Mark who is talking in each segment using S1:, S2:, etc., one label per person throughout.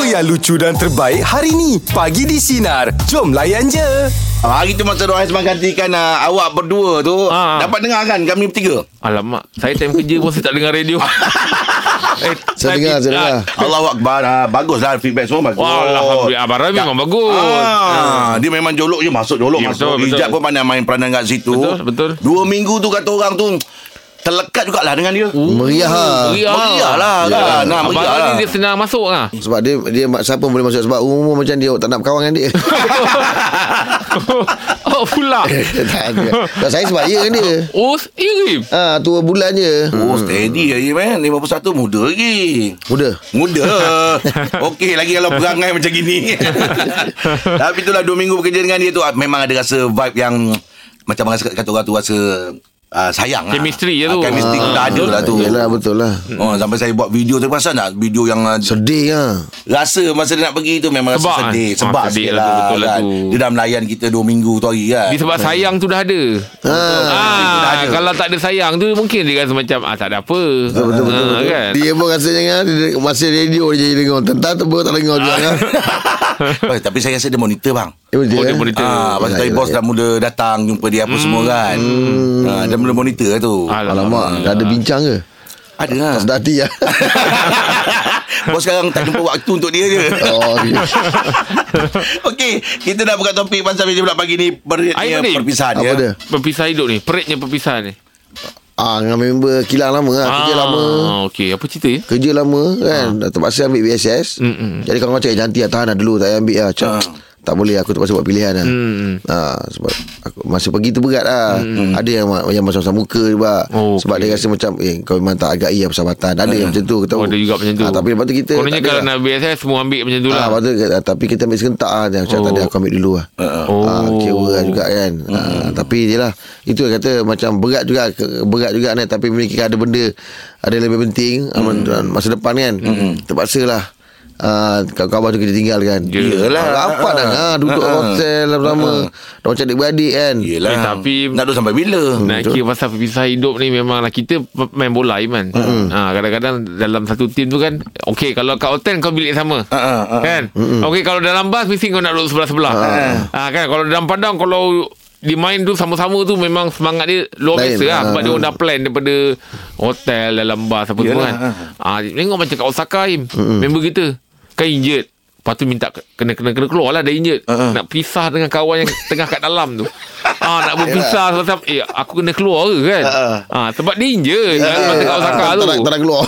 S1: yang lucu dan terbaik hari ni. Pagi di Sinar. Jom layan je.
S2: Ah, Hari tu masa Rohais menggantikan uh, awak berdua tu
S3: Ah.
S2: Dapat dengar kan kami bertiga
S3: Alamak, saya time kerja pun saya tak dengar radio. eh,
S4: Saya dengar, saya dengar. Oh.
S2: Allah Akbar ah, Baguslah feedback semua bagus
S3: Wah, Alhamdulillah. Abang Rabi memang bagus.
S2: Ah, dia memang jolok je masuk jolok
S3: Ya,
S2: masuk.
S3: betul, betul.
S2: Ijat pun pandai main peranan kat situ.
S3: Betul, betul.
S2: Dua minggu tu kata orang tu terlekat jugalah dengan dia. Uh,
S4: Meriah lah.
S3: Meriah.
S2: Meriah lah kan. Nah,
S3: Abang
S2: meriah
S3: Rabi
S2: lah.
S3: dia senang masuk lah.
S4: Sebab dia dia siapa boleh masuk sebab umur macam dia tak nak berkawan dengan dia.
S3: oh, pula.
S4: tak ada. Tak saya sebab ya dengan dia.
S3: Oh, ya ke?
S4: Ah ha, tua bulan je.
S2: Oh, steady lagi man. 51 muda lagi.
S4: Muda.
S2: Muda Okey lagi kalau perangai macam gini Tapi itulah Dua minggu bekerja dengan dia tu ah, Memang ada rasa vibe yang Macam orang kata orang tu rasa ah, Sayang lah.
S3: Chemistry je
S2: Ah,
S3: tu.
S2: Chemistry
S3: Ah,
S2: dah ada lah tu
S4: Yelah betul lah.
S2: Oh, sampai saya buat video tu pasal tak video yang ah,
S4: Sedih lah.
S2: rasa masa dia nak pergi tu memang
S3: Sebab,
S2: rasa sedih
S3: ah,
S2: sebab
S3: sedih
S2: sikit
S3: lah tu, betul lah
S2: kan.
S3: tu.
S2: dia dah melayan kita 2 minggu tu hari kan
S3: Dia sebab sayang tu dah ada.
S4: Ha.
S2: dah
S3: Ah,
S2: ada.
S3: kalau tak ada sayang tu mungkin dia rasa macam ah tak ada apa. Betul betul
S2: Ah,
S3: betul. kan?
S4: Dia pun rasa jangan dia- Masa radio je dia dengar Tentang tu pun tak dengar juga kan?
S2: Eh, tapi saya rasa Ah. dia monitor bang
S4: Dia
S3: Oh,
S4: boleh
S3: dia
S4: eh?
S3: boleh Monitor.
S2: Ah, pasal tadi
S4: Yelah,
S2: bos
S4: yelah.
S2: dah mula datang jumpa dia apa semua
S3: Hmm.
S2: kan. Ah, dia mula monitor lah tu.
S4: Alamak Dah
S2: Ah.
S4: ada bincang ke
S2: Ada lah.
S4: Sedap hati lah
S2: Bos sekarang tak jumpa waktu untuk dia je.
S4: Oh okay.
S2: Okey, kita dah buka topik pasal meja bulat pagi ni
S3: Air
S2: beratnya
S3: bening.
S2: perpisahan
S4: Apa
S2: ya.
S4: dia
S3: Perpisah hidup ni, peritnya perpisah ni. Ah,
S4: Ah, dengan member kilang lama lah.
S2: Ah.
S4: Kerja lama.
S3: Okey, apa cerita ya?
S4: Kerja lama kan. Dah terpaksa ambil BSS.
S3: Ah. Mm-mm.
S4: Jadi kawan-kawan cakap nanti lah, tahan lah dulu. Tak payah ambil lah. Cak,
S2: Ah.
S4: Tak boleh aku terpaksa buat pilihan lah.
S3: Mm.
S4: Ah, sebab aku, masa pergi tu berat lah. Ada yang, ma- yang masam-masam muka juga.
S3: Oh,
S4: sebab
S3: okey.
S4: dia rasa macam eh kau memang tak agai lah persahabatan. Ada yang macam tu. Kita
S3: Oh, ada juga macam tu.
S4: Ah, tapi lepas tu kita
S3: Kononnya
S4: tak ada
S3: kalau
S4: lah.
S3: nak biasa semua ambil macam tu
S4: Ah,
S3: lah.
S4: lepas tu, ah, tapi kita ambil serentak lah. Dia Macam
S3: Oh.
S4: tak ada aku ambil dulu lah.
S2: Uh-uh.
S3: Oh.
S4: Ah, kecewa lah juga kan. Ah, tapi je lah. Itu yang kata macam berat juga. ke- Berat juga kan. Tapi mereka ada benda. Ada yang lebih penting. ah, Masa depan kan. Terpaksa lah. Uh, kawan-kawan tu kita tinggalkan
S2: Yelah.
S4: Ah, Rapat dah ha, Duduk
S2: Ah.
S4: hotel bersama Dah macam adik-beradik kan
S2: Yelah.
S3: Eh, tapi-
S2: nak duduk sampai bila?
S3: Nak kira pasal perpisahan hidup ni Memanglah kita pe- main bola Iman ha, Kadang-kadang dalam satu tim tu kan Okey kalau kat hotel kau bilik sama
S2: Ha, ha,
S4: Ah,
S2: ha.
S3: Kan Okey kalau dalam bas Mesti kau nak duduk sebelah-sebelah ha, kan Kalau dalam padang Kalau dimain tu sama-sama tu Memang semangat dia luar
S4: Lain.
S3: biasa lah
S4: Ha,
S3: Sebab dia orang dah plan daripada Hotel dalam bas apa
S2: Yelah,
S3: semua kan ha,
S4: ah,
S3: Tengok macam kat Osaka Im Member kita Kan injet Lepas tu minta kena-kena keluar lah dah injet
S4: Ah,
S2: Ha, ha.
S3: Nak pisah dengan kawan yang tengah kat dalam tu Ah nak berpisah sebab sebab eh aku kena keluar ke kan?
S2: Ha.
S3: Ah sebab dia injet yeah.
S4: Eh,
S3: masa kat Osaka tu.
S4: tak- tak nak- Tak nak keluar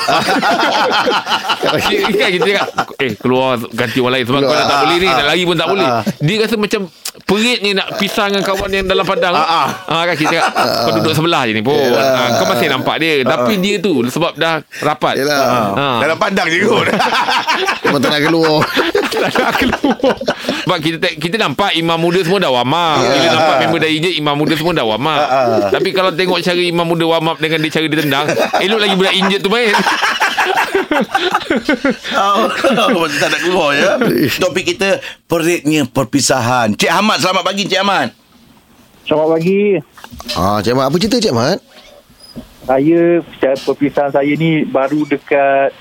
S3: Kita- Kan kita cakap Eh keluar Ganti orang lain Sebab
S4: Keluar.
S3: kau dah tak boleh ni Nak lari pun tak boleh Dia rasa macam Peritnya nak pisah Dengan kawan yang dalam padang
S2: Ah, ah.
S3: Ah Kan kita cakap Kau duduk sebelah je ni pun Ah, Kau masih nampak dia Tapi dia tu Sebab dah rapat
S4: Yelah
S3: Ah.
S2: Dalam padang je kot.
S4: Memang tak nak keluar
S3: Tak nak keluar Sebab kita tak- kita nampak Imam muda semua dah warm up yeah. Bila nampak member dah injek Imam muda semua dah warm up Tapi kalau tengok cara Imam muda warm up Dengan dia cara dia tendang Elok lagi budak injek tu main
S2: Oh, Masa tak nak keluar ya. Topik kita peritnya perpisahan. Cik Ahmad selamat pagi Cik Ahmad.
S5: Selamat pagi.
S4: ah, Cik Mat apa cerita Cik Mat
S5: Saya secara perpisahan saya ni baru dekat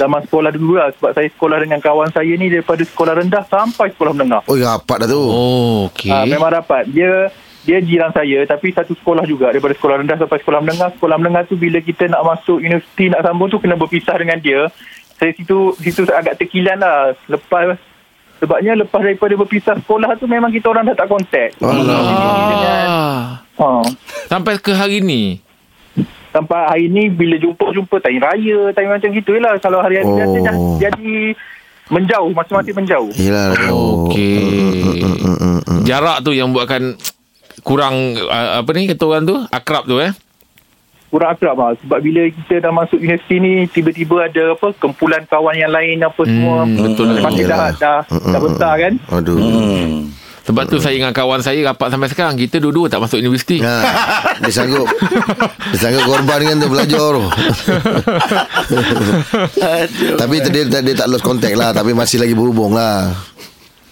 S5: zaman sekolah dulu lah sebab saya sekolah dengan kawan saya ni daripada sekolah rendah sampai sekolah menengah.
S4: Oh rapat dah tu
S3: Oh
S5: Okay. Ha, memang rapat. Dia dia jiran saya tapi satu sekolah juga daripada sekolah rendah sampai sekolah menengah. Sekolah menengah tu bila kita nak masuk universiti nak sambung tu kena berpisah dengan dia. Saya situ situ agak terkilan lah lepas sebabnya lepas daripada berpisah sekolah tu memang kita orang dah tak kontak.
S3: Ah.
S5: Ha.
S3: Sampai ke hari ni
S5: sampai hari ni bila jumpa-jumpa time raya time macam gitu je lah kalau hari-hari
S4: Oh.
S5: oh. biasa dah jadi menjauh masing-masing menjauh
S4: Yelah oh,
S3: Okey Jarak tu yang buatkan Kurang ah, Apa ni kata orang tu Akrab tu eh
S5: kurang akrab lah sebab bila kita dah masuk universiti ni tiba-tiba ada apa kumpulan kawan yang lain apa semua
S3: betul lah.
S5: Masih dah,
S4: Yelah.
S5: dah, dah besar kan
S4: Aduh
S2: Hmm.
S3: Sebab tu saya dengan kawan saya Rapat sampai sekarang Kita dua-dua tak masuk universiti
S4: Ha, dia sanggup Dia sanggup korbankan kan tu belajar tu Tapi tu dia, dia tak lost contact lah Tapi masih lagi berhubung lah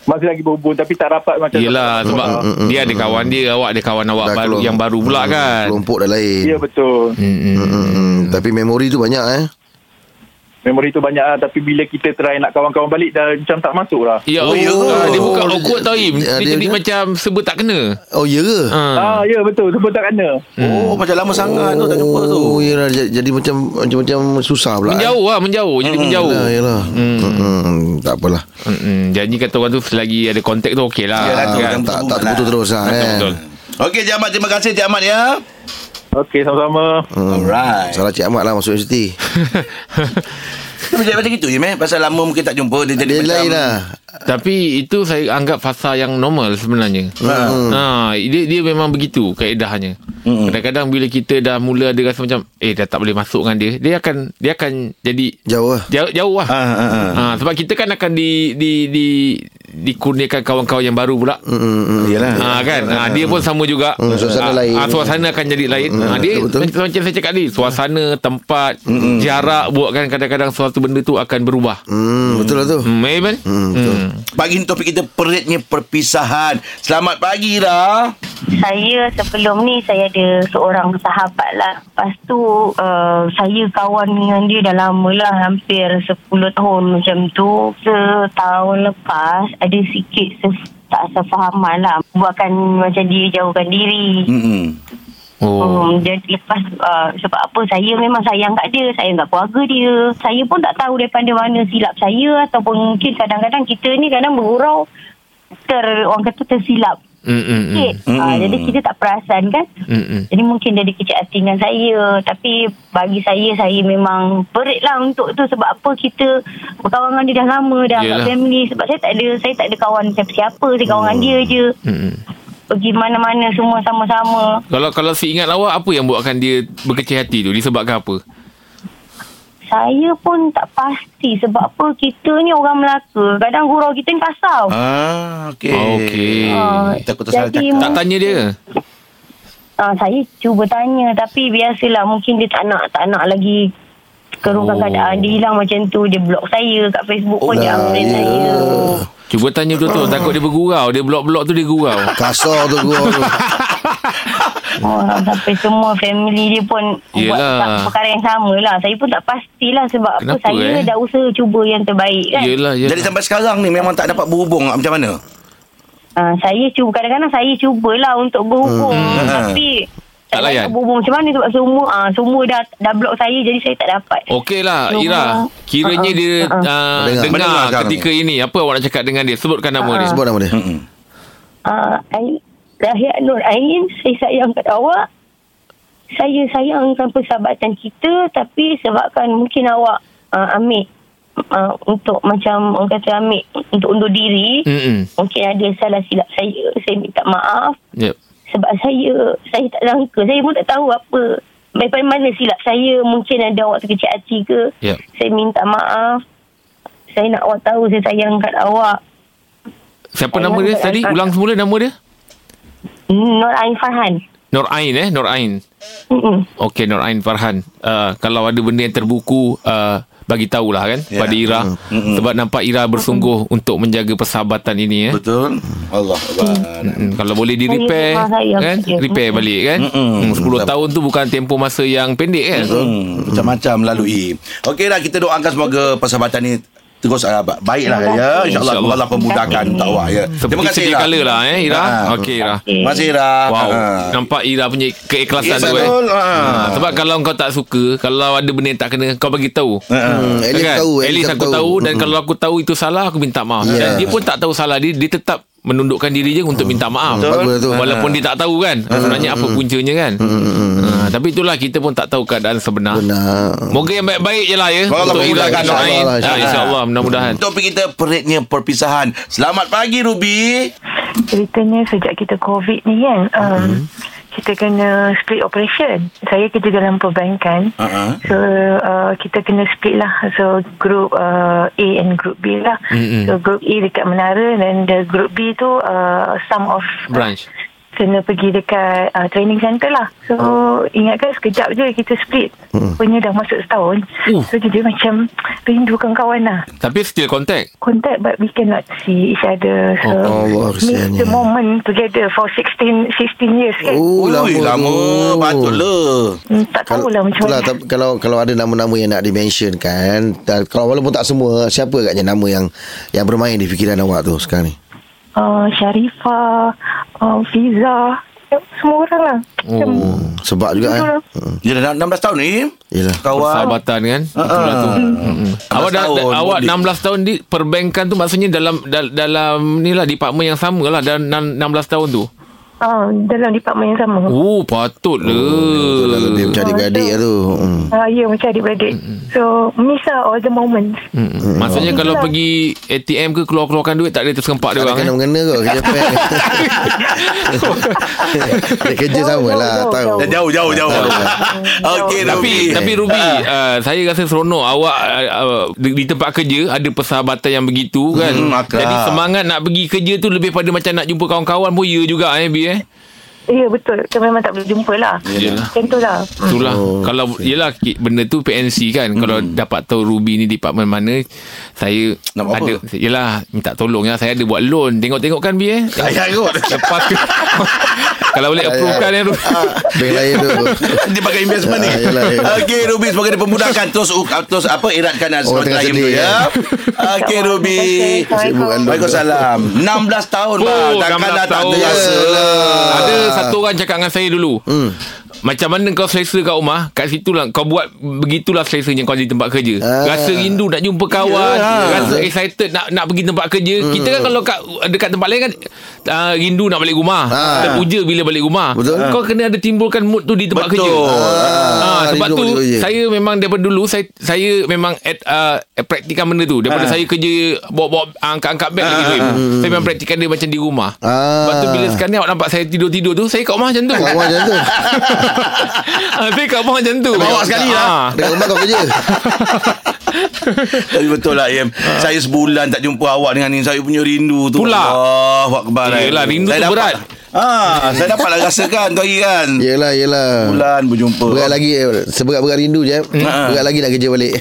S5: masih lagi berhubung tapi tak rapat macam
S3: Yelah sebab
S4: Mm,
S5: Ah,
S3: dia ada kawan dia Awak ada kawan awak
S4: Dah
S3: baru
S4: keluar-
S3: Yang baru pula
S4: Hmm,
S3: kan
S2: Ya,
S4: Kelompok dah lain Hmm,
S5: ya betul
S4: Mm-mm. Tapi memori tu banyak eh
S5: memori tu banyak lah tapi bila kita try nak kawan-kawan balik dah macam tak masuk lah
S3: Ya
S2: Oh, ya
S3: Allah
S2: ke?
S3: Dia bukan
S4: Oh,
S3: awkward
S4: dia-
S3: tau Im
S4: dia-
S3: Dia
S4: dia-
S3: jadi
S4: dia-
S3: macam Serba tak kena
S4: Oh ya ke?
S3: Ha.
S5: ah ya betul sebab tak kena
S3: Hmm.
S2: Oh, macam lama sangat tu tak jumpa tu.
S4: Oh ya lah. jadi, jadi macam macam macam susah pula.
S3: Menjauh lah Menjauh Jadi
S4: Mm,
S3: menjauh
S4: Yalah, yalah. Hmm. Hmm, tak apalah.
S3: Mm-mm. Janji kata orang tu Selagi ada kontak tu Okey lah
S2: Yalah,
S4: Ah,
S2: tu
S3: kan?
S2: yang
S4: tak tak
S2: betul
S4: terputus
S2: lah.
S4: terus lah.
S3: Betul,
S4: eh.
S3: betul.
S2: Okey, Cik Ahmad. Terima kasih, Cik Ahmad ya.
S5: Okey sama-sama
S2: Hmm. Alright.
S4: Salah Cik Ahmad lah masuk universiti. Eh.
S2: Dia macam macam gitu je, meh. Pasal lama mungkin tak jumpa. Dia jadi
S4: Dia
S2: macam...
S4: lain lah.
S3: Tapi itu saya anggap fasa yang normal sebenarnya. Hmm. Ha, dia dia memang begitu kaedahnya.
S2: Mm-mm.
S3: Kadang-kadang bila kita dah mula ada rasa macam eh dah tak boleh masuk dengan dia, dia akan dia akan jadi
S4: Jauh lah.
S3: jauh, jauh lah.
S2: Ha, ha, ha.
S3: Ha, sebab kita kan akan di di di dikurniakan kawan-kawan yang baru pula.
S4: Hmm, hmm.
S2: Yalah.
S3: Ha kan ha, Dia pun sama juga
S4: Hmm, suasana lain.
S3: ha, Suasana akan jadi lain ha, Dia
S4: betul-betul.
S3: macam, macam saya cakap tadi Suasana, tempat Jarak Buatkan kadang-kadang Suatu benda tu akan berubah
S4: Hmm, betul lah tu.
S3: Hmm, Amen? Hmm, betul.
S2: Pagi ni topik kita peritnya perpisahan. Selamat pagi dah.
S6: Saya sebelum ni saya ada seorang sahabat lah. Lepas tu uh, saya kawan dengan dia dah lama lah hampir 10 tahun macam tu. Setahun lepas ada sikit ses- tak sefahaman lah. Buatkan macam dia jauhkan diri.
S2: Mm-mm.
S3: Oh.
S6: Hmm, jadi lepas uh, sebab apa saya memang sayang kat dia, sayang kat keluarga dia. Saya pun tak tahu daripada mana silap saya ataupun mungkin kadang-kadang kita ni kadang bergurau ter orang kata tersilap
S3: Hmm, hmm, hmm.
S6: sikit. Mm.
S2: Mm-mm.
S6: jadi kita tak perasan kan.
S3: Hmm, hmm.
S6: Jadi mungkin dia ada kecil hati dengan saya Tapi bagi saya Saya memang perit lah untuk tu Sebab apa kita Berkawan dengan dia dah lama Dah
S3: Yelah.
S6: Yalah. family Sebab saya tak ada Saya tak ada kawan siapa-siapa Saya kawan dengan dia je
S3: Hmm, hmm.
S6: Pergi mana-mana semua sama-sama
S3: Kalau kalau si ingat awak apa yang buatkan dia berkecil hati tu disebabkan apa?
S6: Saya pun tak pasti Sebab apa kita ni orang Melaka Kadang gurau kita ni kasar
S2: Ah, okey.
S3: Oh, okey.
S6: Ah,
S2: Takut tersalah
S6: jadi
S2: cakap.
S3: Tak tanya dia.
S6: Ah, saya cuba tanya tapi biasalah mungkin dia tak nak tak nak lagi kerungkan
S3: Oh.
S6: oh. keadaan dia hilang macam tu dia block saya kat Facebook pun dia
S4: lah,
S6: update
S4: ya.
S6: saya
S3: Cuba tanya betul-betul takut dia bergurau, dia blok-blok tu dia gurau.
S4: Kasar tu gua tu.
S6: orang Oh, ah, sampai semua family dia pun
S3: Yelah.
S6: buat tak- perkara yang sama lah saya pun tak pastilah sebab
S3: Kenapa,
S6: apa saya
S3: eh?
S6: dah usaha cuba yang terbaik kan
S3: Yelah, yelah.
S2: Jadi sampai sekarang ni memang tak dapat berhubung lah. macam mana?
S6: Ah, saya cuba kadang-kadang saya cubalah untuk berhubung
S2: Hmm.
S6: tapi
S3: Tak layan.
S6: nak berhubung macam mana sebab semua ah, semua dah dah block saya jadi saya tak dapat
S3: Okey lah
S6: Cuma-
S3: Ira Kiranya
S6: Uh-uh,
S3: dia
S6: uh-uh.
S3: uh,
S4: Dengar. ah.
S3: Dengar,
S2: Mendengar sekarang
S3: ketika ini Apa awak nak cakap dengan dia Sebutkan nama
S2: Ah.
S3: dia
S4: Sebut nama dia.
S2: Mm-mm.
S6: Ah, Ai- Rahia Nur Ain, saya sayang kat awak. Saya sayangkan persahabatan kita tapi sebabkan mungkin awak uh, ambil uh, untuk macam orang kata ambil untuk undur diri.
S3: Mm-mm.
S6: Mungkin ada salah silap saya. Saya minta maaf
S3: Yep.
S6: sebab saya saya tak sangka. Saya pun tak tahu apa. Daripada mana silap saya. Mungkin ada awak terkecil hati ke.
S3: Yep.
S6: Saya minta maaf. Saya nak awak tahu saya sayang kat awak.
S3: Siapa nama dia tadi Ulang semula nama dia
S6: Hmm, Nur Ain Farhan. Hmm,
S3: Nur Ain eh Nur Ain
S6: Mm-mm.
S3: Okey Nur Ain Farhan uh, Kalau ada benda yang terbuku uh, Bagi tahulah kan
S2: Ya.
S3: yeah. Pada Ira
S2: Mm-mm.
S3: Sebab nampak Ira bersungguh Untuk menjaga persahabatan ini eh
S2: Betul. Allah Allah.
S3: Mm, kalau boleh di
S6: Saya
S3: repair
S6: memang sayang
S3: kan
S6: dia.
S3: repair balik kan
S2: Mm-mm.
S3: mm, 10 tahun tu bukan tempoh masa yang pendek kan
S2: Hmm, macam-macam lalui. Okey dah kita doakan semoga persahabatan ni terus uh, ba- baiklah ya.
S6: Terima kasih.
S2: Insya-Allah
S3: Insya-Allah.
S2: Allah pemudahkan untuk awak ya.
S3: Seperti sedia
S2: Ira.
S3: kala lah eh Ira
S2: Ha.
S3: Okey Ira
S2: Terima kasih Ira.
S3: Wow
S2: Ha.
S3: Nampak Ira punya
S2: Yes,
S3: keikhlasan tu eh
S2: betul. Ha.
S3: Ha, sebab kalau kau tak suka Kalau ada benda yang tak kena Kau bagi tahu
S2: Ha.
S4: Hmm, at least tahu, at
S3: Kan? At least
S4: least
S3: aku
S4: aku
S3: tahu
S4: tahu.
S3: Dan kalau aku tahu itu salah Aku minta maaf
S4: Yeah.
S3: Dan dia pun tak tahu salah Dia dia tetap menundukkan diri je Untuk minta maaf
S4: Betul. Bagus Mm. tu. Mm.
S3: Walaupun dia tak tahu kan Sebenarnya apa puncanya kan ha, Tapi itulah kita pun tak tahu keadaan sebenar
S4: Benar. Mm.
S3: Moga yang baik-baik je lah ya
S2: Kalau Allah
S3: Untuk Ira
S2: memudahkan,
S3: dan Nur Ain
S4: insyaAllah, lah,
S3: Ha,
S4: insyaAllah.
S3: InsyaAllah mudah-mudahan
S2: Ah. Topik kita peritnya perpisahan. Selamat pagi Ruby.
S7: Ceritanya sejak kita COVID ni kan um,
S3: Mhm.
S7: Kita kena split operation Saya kerja dalam perbankan
S2: Ha.
S7: So uh, kita kena split lah So group uh, A and group B lah
S3: Mm-mm.
S7: So group A dekat Menara Dan the group B tu uh, Some of
S3: Branch
S7: kena pergi dekat uh, training center lah. So
S3: Ha.
S7: ingatkan sekejap je kita split. Hmm. Punya dah masuk setahun.
S3: Uh.
S7: So jadi macam rindu kawan-kawan lah.
S3: Tapi still contact.
S7: Contact but we cannot see each other. So
S4: Oh, Allah,
S7: miss
S4: kesiannya.
S7: the moment together for 16 16 years kan.
S2: Ui,
S4: Oh,
S2: lama, lama. lah.
S4: tu.
S2: Patutlah.
S7: Hmm, tak tahulah macam
S4: itulah,
S7: mana.
S4: lah, tapi kalau kalau ada nama-nama yang nak dimention kan dan kalau walaupun tak semua siapa agaknya nama yang yang bermain di fikiran awak tu sekarang ni
S7: uh, Sharifah, uh, Fiza, semua orang lah. Macam,
S3: Oh.
S4: sebab juga kan
S7: Betul.
S2: Dia dah 16 tahun ni.
S4: Yelah.
S2: Kawan.
S3: Persahabatan kan.
S2: Betul lah tu.
S3: Awak dah
S2: tahun,
S3: tahun, awak
S2: boleh.
S3: 16 tahun di perbankan tu maksudnya dalam dal, dalam ni lah department yang sama lah dalam nan- 16 tahun tu.
S7: uh, dalam department yang sama.
S3: Oh patutlah.
S4: Kalau dia macam adik-beradik lah tu hmm.
S7: Uh, ya, macam adik-beradik.
S4: Mm,
S7: So, miss lah all the moments.
S3: Mm-mm. Maksudnya kalau pergi ATM ke keluar-keluarkan duit tak ada tersempak dia
S4: Tak ada
S3: orang eh.
S4: kena-mengena kot Kerja pet Dia kerja sama lah
S7: Jauh, jauh,
S4: Tahu lah.
S2: Dah jauh, jauh, jauh. Okey,
S3: Tapi
S2: Ruby.
S3: tapi Ruby uh, saya rasa seronok awak uh, uh, di, di tempat kerja ada persahabatan yang begitu kan.
S2: Hmm, akrab.
S3: Jadi semangat nak pergi kerja tu lebih pada macam nak jumpa kawan-kawan pun ya juga eh Bi eh.
S7: Ya, betul. Kita memang tak boleh jumpa lah.
S3: Yelah.
S7: Macam tu lah.
S3: Itulah oh,
S4: Oh,
S3: Kalau Yelah ki- Benda tu PNC kan
S2: Hmm.
S3: Kalau dapat tahu Ruby ni Department mana Saya
S2: Nak buat
S3: ada, apa? Yelah Minta tolong lah Saya ada buat loan Tengok-tengok kan Bi eh
S2: Ayah kot.
S3: Lepas tu Kalau boleh approve kan eh Ruby
S4: Bank lain tu
S2: Dia pakai investment ni
S4: Ah, yelah, yelah.
S2: Okey Ruby Sebagai dia pemudahkan Terus uh, terus apa Eratkan
S4: Orang tengah
S2: Azrael
S4: sedih,
S2: ya. Okey Ruby
S7: Terima kasih.
S4: Sibuk kan lu.
S2: Waalaikumsalam 16 tahun bang
S3: Oh,
S2: Takkan
S3: 16
S2: dah tak
S3: tahun.
S2: terasa
S3: Ada satu orang cakap dengan saya dulu hmm. Macam mana kau selesa kat rumah Kat situ lah Kau buat Begitulah selesanya kau di tempat kerja
S4: Ah. Ya,
S3: Rasa rindu nak jumpa kawan yeah. Rasa excited nak nak pergi tempat kerja hmm. Kita kan kalau kat, dekat tempat lain kan uh, Rindu nak balik rumah
S4: Ah.
S3: Terpuja bila balik rumah Ah.
S4: Betul.
S3: Kau kena ada timbulkan mood tu di tempat
S2: Betul.
S3: kerja
S4: Ah,
S3: Ah, sebab
S4: rindu
S3: tu
S4: balik Ya. kerja.
S3: saya memang daripada dulu saya saya memang at, uh, praktikan benda tu daripada
S4: Ah.
S3: saya kerja bawa-bawa ah, angkat-angkat beg lagi Zuim. Saya memang praktikan dia macam di rumah.
S4: Ah.
S3: Sebab tu bila sekarang ni awak Kan nampak saya tidur-tidur tu saya kat rumah macam tu.
S4: Kat rumah macam tu
S3: Ah, saya kat rumah macam tu.
S2: Bawa sekali lah.
S3: Ah.
S4: Dekat rumah kau kerja
S2: Tapi betul lah Im Saya sebulan tak jumpa awak dengan ni Saya punya rindu tu
S3: Pula.
S2: Allah Akbar
S3: Yelah, rindu
S2: Saya
S3: tu
S2: dapat-
S3: berat.
S2: Ah, Saya dapatlah rasakan Tu hari kan
S4: Yelah yelah
S2: Bulan berjumpa
S4: Berat Ya. lagi eh, Seberat-berat rindu je eh. Berat lagi nak kerja balik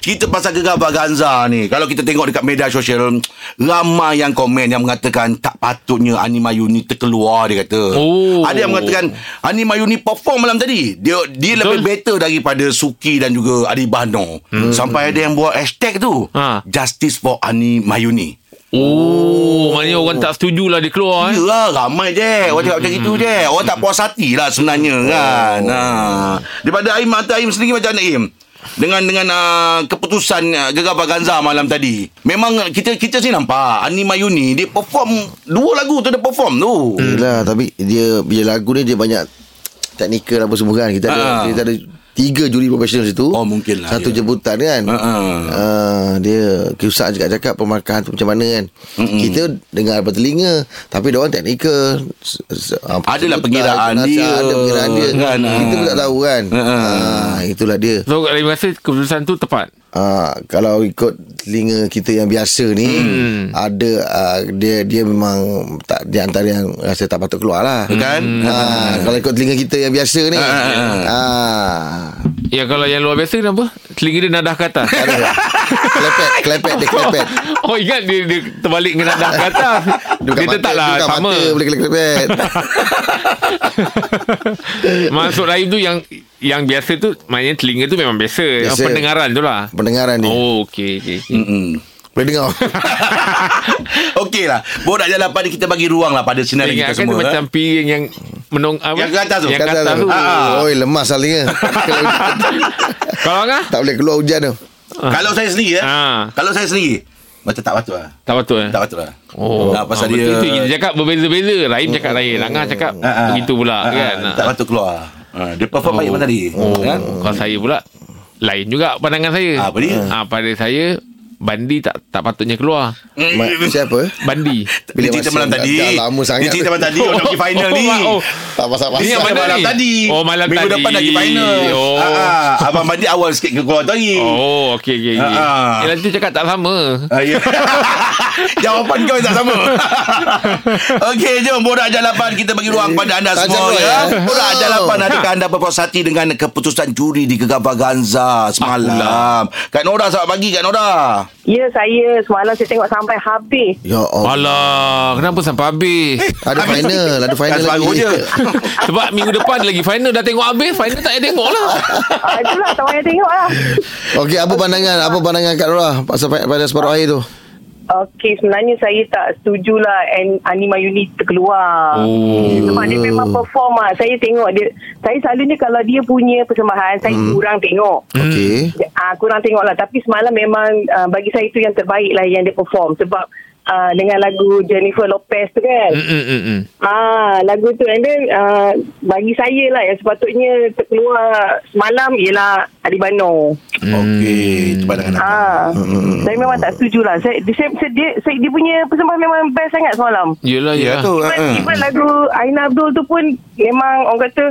S2: Kita pasal gegar Baganza ni Kalau kita tengok dekat media sosial Ramai yang komen yang mengatakan Tak patutnya Anima Yuni terkeluar Dia kata
S3: Oh.
S2: Ada yang mengatakan Anima Yuni perform malam tadi Dia dia
S3: Betul.
S2: Betul. lebih better daripada Suki dan juga Adi Bahno hmm. Sampai ada yang buat hashtag tu
S3: Ha.
S2: Justice for Anima Yuni
S3: Oh, maknanya orang tak setuju lah dia keluar eh.
S2: Yelah ramai je Orang cakap macam itu je
S3: Hmm.
S2: Orang tak puas hati lah sebenarnya
S3: Oh.
S2: kan ha. Daripada Aim Mata Aim sendiri macam mana Aim dengan dengan uh, keputusan uh, Gegar Baganza malam tadi. Memang kita kita sini nampak Ani Mayuni dia perform dua lagu tu dia perform tu. Hmm.
S4: Yelah tapi dia Bila lagu ni dia banyak Teknikal apa semua kan Kita ada
S2: Ah.
S4: Kita ada Tiga juri profesional situ
S2: Oh, mungkin lah,
S4: Satu
S2: ya.
S4: jemputan kan
S2: Ah, ah.
S4: Ah, Dia Kiusak juga cakap Pemarkahan tu macam mana kan
S2: Mm-mm.
S4: Kita dengar apa telinga Tapi dia orang teknikal S- s- ah,
S2: Adalah
S4: sebutan,
S2: pengiraan
S4: jenazah,
S2: dia.
S4: Ada pengiraan dia
S2: Kan, ah.
S4: Kita pun tak tahu kan
S2: Ah, ah.
S4: Ah, Itulah dia
S3: So, terima kasih keputusan tu tepat.
S4: Uh, kalau ikut telinga kita yang biasa ni hmm. ada uh, dia dia memang tak di antara yang rasa tak patut keluar lah
S2: Kan?
S4: uh, kalau ikut telinga kita yang biasa ni
S2: Ah, ah, ah.
S4: uh,
S3: Ya, kalau yang luar biasa kenapa? Telinga dia nadah ke atas.
S4: klepet klepet dia klepet
S3: Oh, ingat dia, dia terbalik dengan nadah ke atas. dia tetaplah
S4: bukan
S3: sama.
S4: mata boleh klepet
S3: Maksud Rahim tu yang yang biasa tu maknanya telinga tu memang biasa. biasa.
S4: Biasa.
S3: Pendengaran tu lah.
S4: pendengaran dia oh.
S3: Oh, okey okey. okey.
S2: Mm-mm.
S4: boleh dengar
S2: Hmm. Okey lah. Borak jalan pada kita bagi ruang lah pada sinar
S3: Ingat
S2: kita
S3: kan dia
S2: semua. eh.
S3: macam piring yang menong apa?
S2: Yang ke atas tu. Ah,
S3: Yang ke atas tu. Ah,
S4: oh lemas lah telinga Kalau
S3: Kalau ngah?
S4: tak boleh keluar hujan tu
S2: Kalau saya sendiri eh.
S3: Ah.
S2: Kalau saya sendiri macam tak patut lah.
S3: Tak patut eh.
S2: Tak patut lah.
S3: Oh,
S2: Nah, pasal
S3: ah,
S2: dia Oh,
S3: betul tu kita cakap berbeza-beza. Rahim cakap lain, Angah cakap
S2: Ah, ah.
S3: begitu pula
S2: Ah, ah.
S3: kan.
S2: Tak patut keluar. Ah, dia perform baik malam tadi.
S3: Oh,
S2: Kan?
S3: Kalau saya pula lain juga pandangan saya.
S2: Apa dia?
S3: Ah, pada saya Bandi tak tak patutnya keluar.
S4: Ma- Siapa?
S3: Bandi.
S2: Bila
S4: Bila
S2: cerita
S4: masa
S2: malam
S4: dah-
S2: tadi.
S4: dah lama sangat.
S2: Dia cerita malam tadi. Oh, nak pergi final ni.
S3: Oh, oh.
S4: Tak
S2: Ni
S4: pasal-pasal
S3: Ini yang mana
S2: malam
S3: ni?
S2: tadi.
S3: Oh, malam
S2: Minggu
S3: tadi.
S2: depan nak pergi final.
S3: Oh.
S2: Ah, ah. Abang Bandi awal sikit ke keluar tadi.
S3: Oh, okey okey. okey.
S2: Ha, ha.
S3: Eh, nanti cakap tak sama.
S2: Ah, ya. Jawapan kau tak sama Okey jom Borak Jalapan Kita bagi ruang pada anda
S4: Tajam
S2: semua
S4: kau,
S2: ya.
S4: ya?
S2: Borak Jalapan Adakah anda berpuas hati Dengan keputusan juri Di Gegabah Ganza Semalam Kak Nora selamat pagi Kak Nora
S8: Ya saya semalam saya tengok sampai habis.
S4: Ya
S2: Oh.
S4: Allah
S3: Alah, kenapa sampai habis?
S4: Ada final Ada final
S2: Kan separuh
S4: lagi
S2: je
S3: Sebab minggu depan ada lagi final dah tengok habis, final tak payah tengok lah.
S8: Ah, itulah tak payah tengok lah.
S4: Okey apa pandangan Apa pandangan Kak Nora Pasal pa- pada separuh akhir tu
S8: Okey sebenarnya saya tak setujulah an- Anima Yuni terkeluar.
S3: Oh.
S8: Sebab dia
S4: Hmm.
S8: memang perform lah. Saya tengok dia. Saya selalunya kalau dia punya persembahan saya kurang tengok.
S4: Okey
S8: Ah, kurang tengok lah Tapi semalam memang ah, Bagi saya itu yang terbaik lah Yang dia perform Sebab ah, Dengan lagu Jennifer Lopez tu kan
S3: Mm, mm, mm, mm.
S8: Ah, lagu tu and then uh, bagi saya lah yang sepatutnya terkeluar semalam ialah Adi Bano.
S2: Okey Itu
S4: Eh,
S2: pandangan aku
S8: Ah, saya memang tak setuju lah. Saya, dia, saya, saya, dia, saya, dia punya persembahan memang best sangat semalam.
S3: Yelah,
S2: Ya
S3: yelah.
S2: tu
S4: ha,
S2: ah,
S8: Even,
S2: ah.
S8: even lagu Aina Abdul tu pun memang orang kata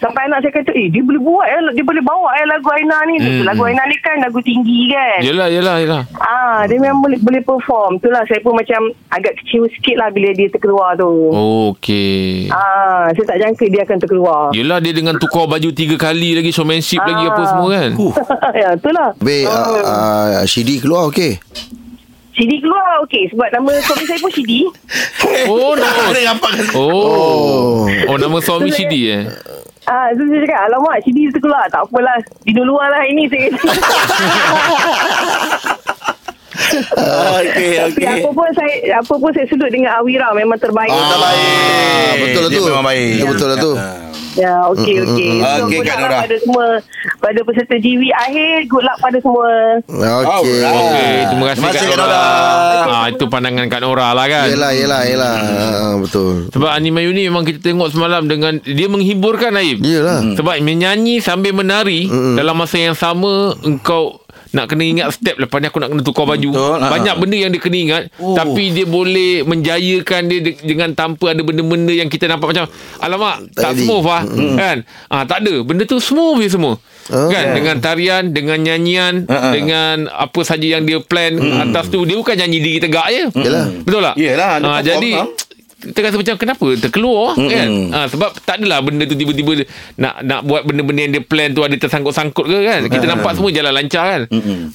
S8: sampai anak saya kata eh dia boleh buat eh, dia boleh bawa eh lagu Aina ni.
S3: Hmm.
S8: Lagu Aina ni kan lagu tinggi kan.
S3: Yelah, yelah, yelah.
S8: Ah, dia memang boleh, boleh perform. Itulah saya pun macam agak kecewa sikit lah bila dia terkeluar tu.
S3: Oh, okey.
S8: Ah, saya tak jangka dia akan terkeluar.
S3: Yelah dia dengan tukar baju tiga kali lagi showmanship lagi apa semua kan.
S8: ya, itulah.
S2: Hmm.
S4: Baik
S8: Ah,
S4: uh, uh, Shidi keluar okey
S8: CD keluar okey sebab nama suami saya pun CD.
S3: Oh no.
S2: Ada nampak
S3: Oh. Oh nama suami
S8: Betul,
S3: Sidi eh.
S8: Ah, so saya cakap alamak CD tu keluar tak apalah tidur luar lah ini saya kata.
S2: Ah, Okey
S8: Tapi
S2: okey
S8: apa pun saya apa pun saya sudut dengan Awira memang Oh, terbaik.
S2: Betul baik
S4: Ah, Betul lah
S2: Dia
S4: tu
S2: memang baik
S4: Itu Betul lah tu
S8: Ya okey okey.
S2: mm, mm. Okey, Kak
S8: good luck lah
S2: Nora.
S8: pada semua pada peserta GV akhir good luck pada semua.
S4: Okey
S2: Alright.
S3: Okey,
S4: Ah.
S3: terima kasih
S2: Terima
S3: Kak
S2: kasih, Kak
S3: Nora.
S2: Nora.
S3: Ah itu pandangan Kak Nora lah kan.
S4: Yelah yelah yelah
S2: Hmm.
S4: Ah, Betul
S3: Sebab Anima Yuni memang kita tengok semalam dengan dia menghiburkan Aib.
S2: lah.
S4: Yelah
S3: Hmm.
S2: Hmm.
S3: Sebab menyanyi sambil menari dalam masa yang sama engkau nak kena ingat step lepas ni aku nak kena tukar baju.
S2: Betul, ha.
S3: Banyak benda yang dia kena ingat
S2: Oh.
S3: tapi dia boleh menjayakan dia de- dengan tanpa ada benda-benda yang kita nampak macam alamak tak,
S4: Tak jadi.
S3: smooth ah
S2: Hmm.
S3: kan. Ah tak ada. Benda tu smooth je semua.
S4: Ah.
S3: Kan dengan tarian, dengan nyanyian,
S2: Oh. Ha, ha.
S3: dengan apa saja yang dia plan atas tu dia bukan nyanyi diri tegak je.
S4: Yelah.
S3: Betul tak?
S2: Yelah, dia
S3: Ah
S2: perform,
S3: jadi
S2: ah.
S3: kita rasa macam kenapa terkeluar mm kan ha, sebab tak adalah benda tu tiba-tiba nak nak buat benda-benda yang dia plan tu ada tersangkut-sangkut ke kan kita nampak semua jalan lancar kan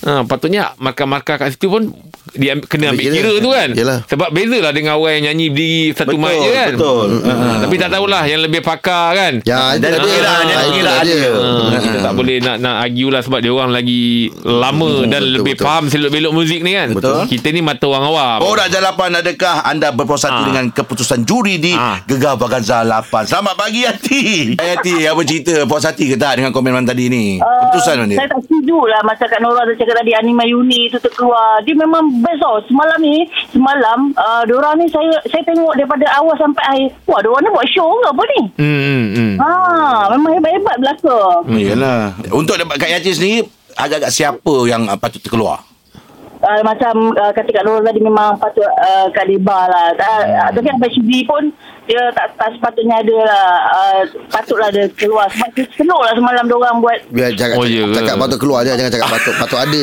S3: ha, patutnya markah-markah kat situ pun dia am- kena ambil
S4: Ambil
S3: kira,
S4: kira.
S3: tu kan
S4: Yalah.
S3: sebab bezalah dengan orang yang nyanyi berdiri satu
S2: Betul,
S3: mic je kan
S2: betul. Hmm.
S3: ha, tapi tak tahulah yang lebih pakar kan
S4: Hmm, Ya,
S2: Dia ada
S4: dia. hmm.
S2: kira Dia lah, ada
S4: Ah,
S2: kira
S4: itulah
S2: dia
S3: Ha, kita tak boleh nak nak argue lah sebab dia orang lagi lama dan
S4: betul,
S3: lebih
S4: betul.
S3: faham selok-belok muzik ni kan
S2: Betul.
S3: kita ni mata orang awam
S2: Borak Jalapan adakah anda berpuas hati
S3: Ah.
S2: dengan keputusan juri di
S3: Ah.
S2: Gegar Baganza 8? Selamat pagi Hati. Hai Hati, apa cerita? Puas hati ke tak dengan komen malam tadi ni? keputusan mana?
S8: Eh, Saya tak setuju lah masa Kak Nora tu cakap tadi Anima Yuni tu terkeluar. Dia memang best tau. Semalam ni, semalam uh, diorang ni saya saya tengok daripada awal sampai akhir. Wah, diorang ni buat show ke apa ni?
S3: hmm, hmm, hmm.
S8: Ha, memang hebat-hebat belaka.
S2: Hmm, Yalah. Untuk dapat Kak Yati sendiri agak-agak siapa yang ah, patut terkeluar?
S8: Uh, macam uh, kata Kak Nora tadi memang patut uh, Kak Deba lah.
S2: Hmm.
S8: Uh, tapi Abang Syibri pun dia tak, tak sepatutnya ada lah. Uh, patutlah dia keluar. Sebab selok lah semalam diorang buat
S4: Biar cakap,
S3: Oh,
S4: oh,
S3: ya ke?
S4: cakap patut keluar je Jangan cakap patut Patut ada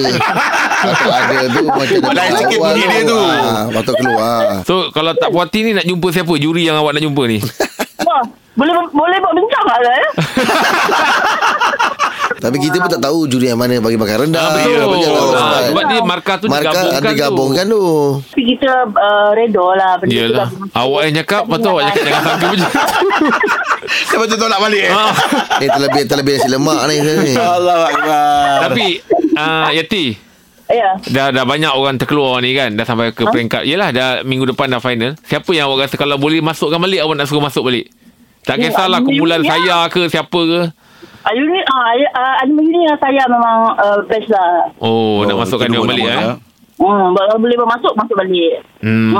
S4: Patut ada tu Macam dia
S2: Lain sikit
S4: keluar
S2: bunyi
S4: tu.
S2: dia tu.
S4: Ah, Patut keluar
S3: So kalau tak puas hati ni nak jumpa siapa? Juri yang awak nak jumpa ni.
S8: Wah, boleh boleh buat bincang tak lah ya?
S4: Tapi kita pun tak tahu Juri yang mana bagi makan rendah
S3: Ah,
S4: Kita pun tak tahu
S3: betul. Ah,
S4: sebab
S3: sebab dia markah tu
S4: Markah ada
S3: digabungkan,
S4: gabungkan tu
S8: Tapi kita uh, redo lah
S3: tu.
S8: benda
S3: Yelah.
S8: tu. dah-
S3: Awak yang cakap, lepas tu awak cakap jangan sangka macam tu. Ah,
S2: Siapa tu tolak balik? Eh?
S4: Eh terlebih Terlebih nasi lemak ni ni.
S2: Allah Akbar.
S3: Tapi uh, Yati
S8: Ya.
S3: dah dah banyak orang terkeluar ni kan dah sampai ke peringkat yelah dah minggu depan dah final siapa yang awak rasa kalau boleh masukkan balik awak nak suruh masuk balik tak
S8: Ya,
S3: kisahlah
S8: Amin.
S3: kumpulan
S8: Ya.
S3: saya ke siapa ke
S8: Ayu ni, ah, Ayu, ah, Ayu ni yang saya memang uh, best lah.
S3: oh, nak masukkan dia
S2: kedua
S3: orang balik
S2: nombor
S3: eh
S2: dia.
S8: Hmm, kalau boleh masuk, masuk balik. Hmm.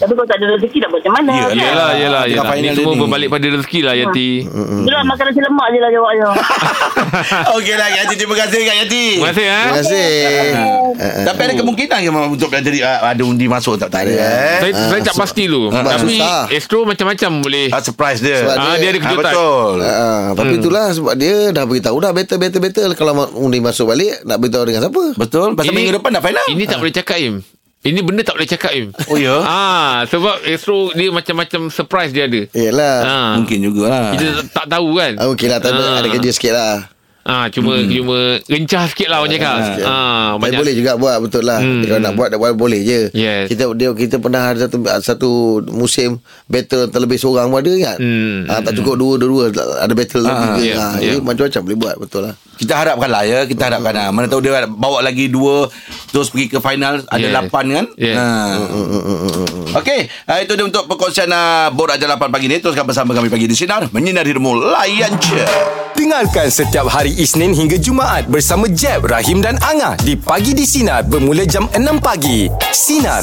S8: Tapi kalau tak ada rezeki nak buat macam mana?
S2: Yelah,
S8: kan?
S3: Yelah, yelah,
S2: Tengah
S3: yelah. Ini
S2: final
S3: semua
S2: dia ni.
S3: berbalik pada rezeki lah, Yati.
S8: Itulah makan nasi lemak je lah jawabnya.
S2: Okeylah Yati terima kasih lah, Kak Yati.
S3: Terima kasih, eh.
S4: Terima kasih.
S2: Tapi ada kemungkinan ke memang untuk jadi ah, ada undi masuk tak? Tak ada. Eh?
S3: Saya, saya tak pasti tu. Tapi
S4: susah.
S3: Astro macam-macam boleh.
S2: Ah, surprise dia.
S4: Sebab
S3: Ah, Eh, dia ada
S2: Ah,
S3: kejutan.
S2: betul.
S4: Ha, tapi
S3: Hmm.
S4: itulah sebab dia dah beritahu dah better better better kalau ma- undi masuk balik nak beritahu dengan siapa?
S2: Betul. Pasal
S3: Ini-
S2: minggu depan dah final.
S3: Ini tak boleh cakap Im Ini benda tak boleh cakap Im
S2: Oh, ya?
S3: Ah, Sebab Astro dia macam-macam surprise dia
S4: Ya,
S3: ada
S4: Yelah.
S3: ah.
S2: Mungkin jugalah.
S3: Kita tak- tak tahu kan
S4: Ha. Okey lah tak ada, ada kerja sikit lah
S3: ah, Cuma cuma Rencah sikit lah orang cakap
S4: sikit.
S3: ah,
S4: Tapi boleh juga buat betul lah. Hmm. Kalau nak buat nak buat boleh je.
S3: Yes.
S4: Kita dia kita pernah ada satu satu musim battle terlebih seorang pun ada ingat.
S3: Hmm. Ah,
S4: Ha, tak cukup dua dua ada battle lebih ke.
S3: yeah,
S4: Ha,
S3: yeah.
S4: jadi macam-macam boleh buat betul lah.
S2: Kita harapkan lah ya Kita harapkan lah Mana tahu dia bawa lagi dua Terus pergi ke final Ada
S3: Yeah.
S2: lapan kan
S3: Yeah.
S2: Okay Itu dia untuk perkongsian uh, Borak Jalapan pagi ni Teruskan bersama kami pagi di Sinar Menyinari Demo Layan je
S1: Dengarkan setiap hari Isnin hingga Jumaat bersama Jeb, Rahim dan Angah di Pagi di Sinar bermula jam 6 pagi. Sinar.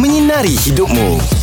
S1: Menyinari hidupmu.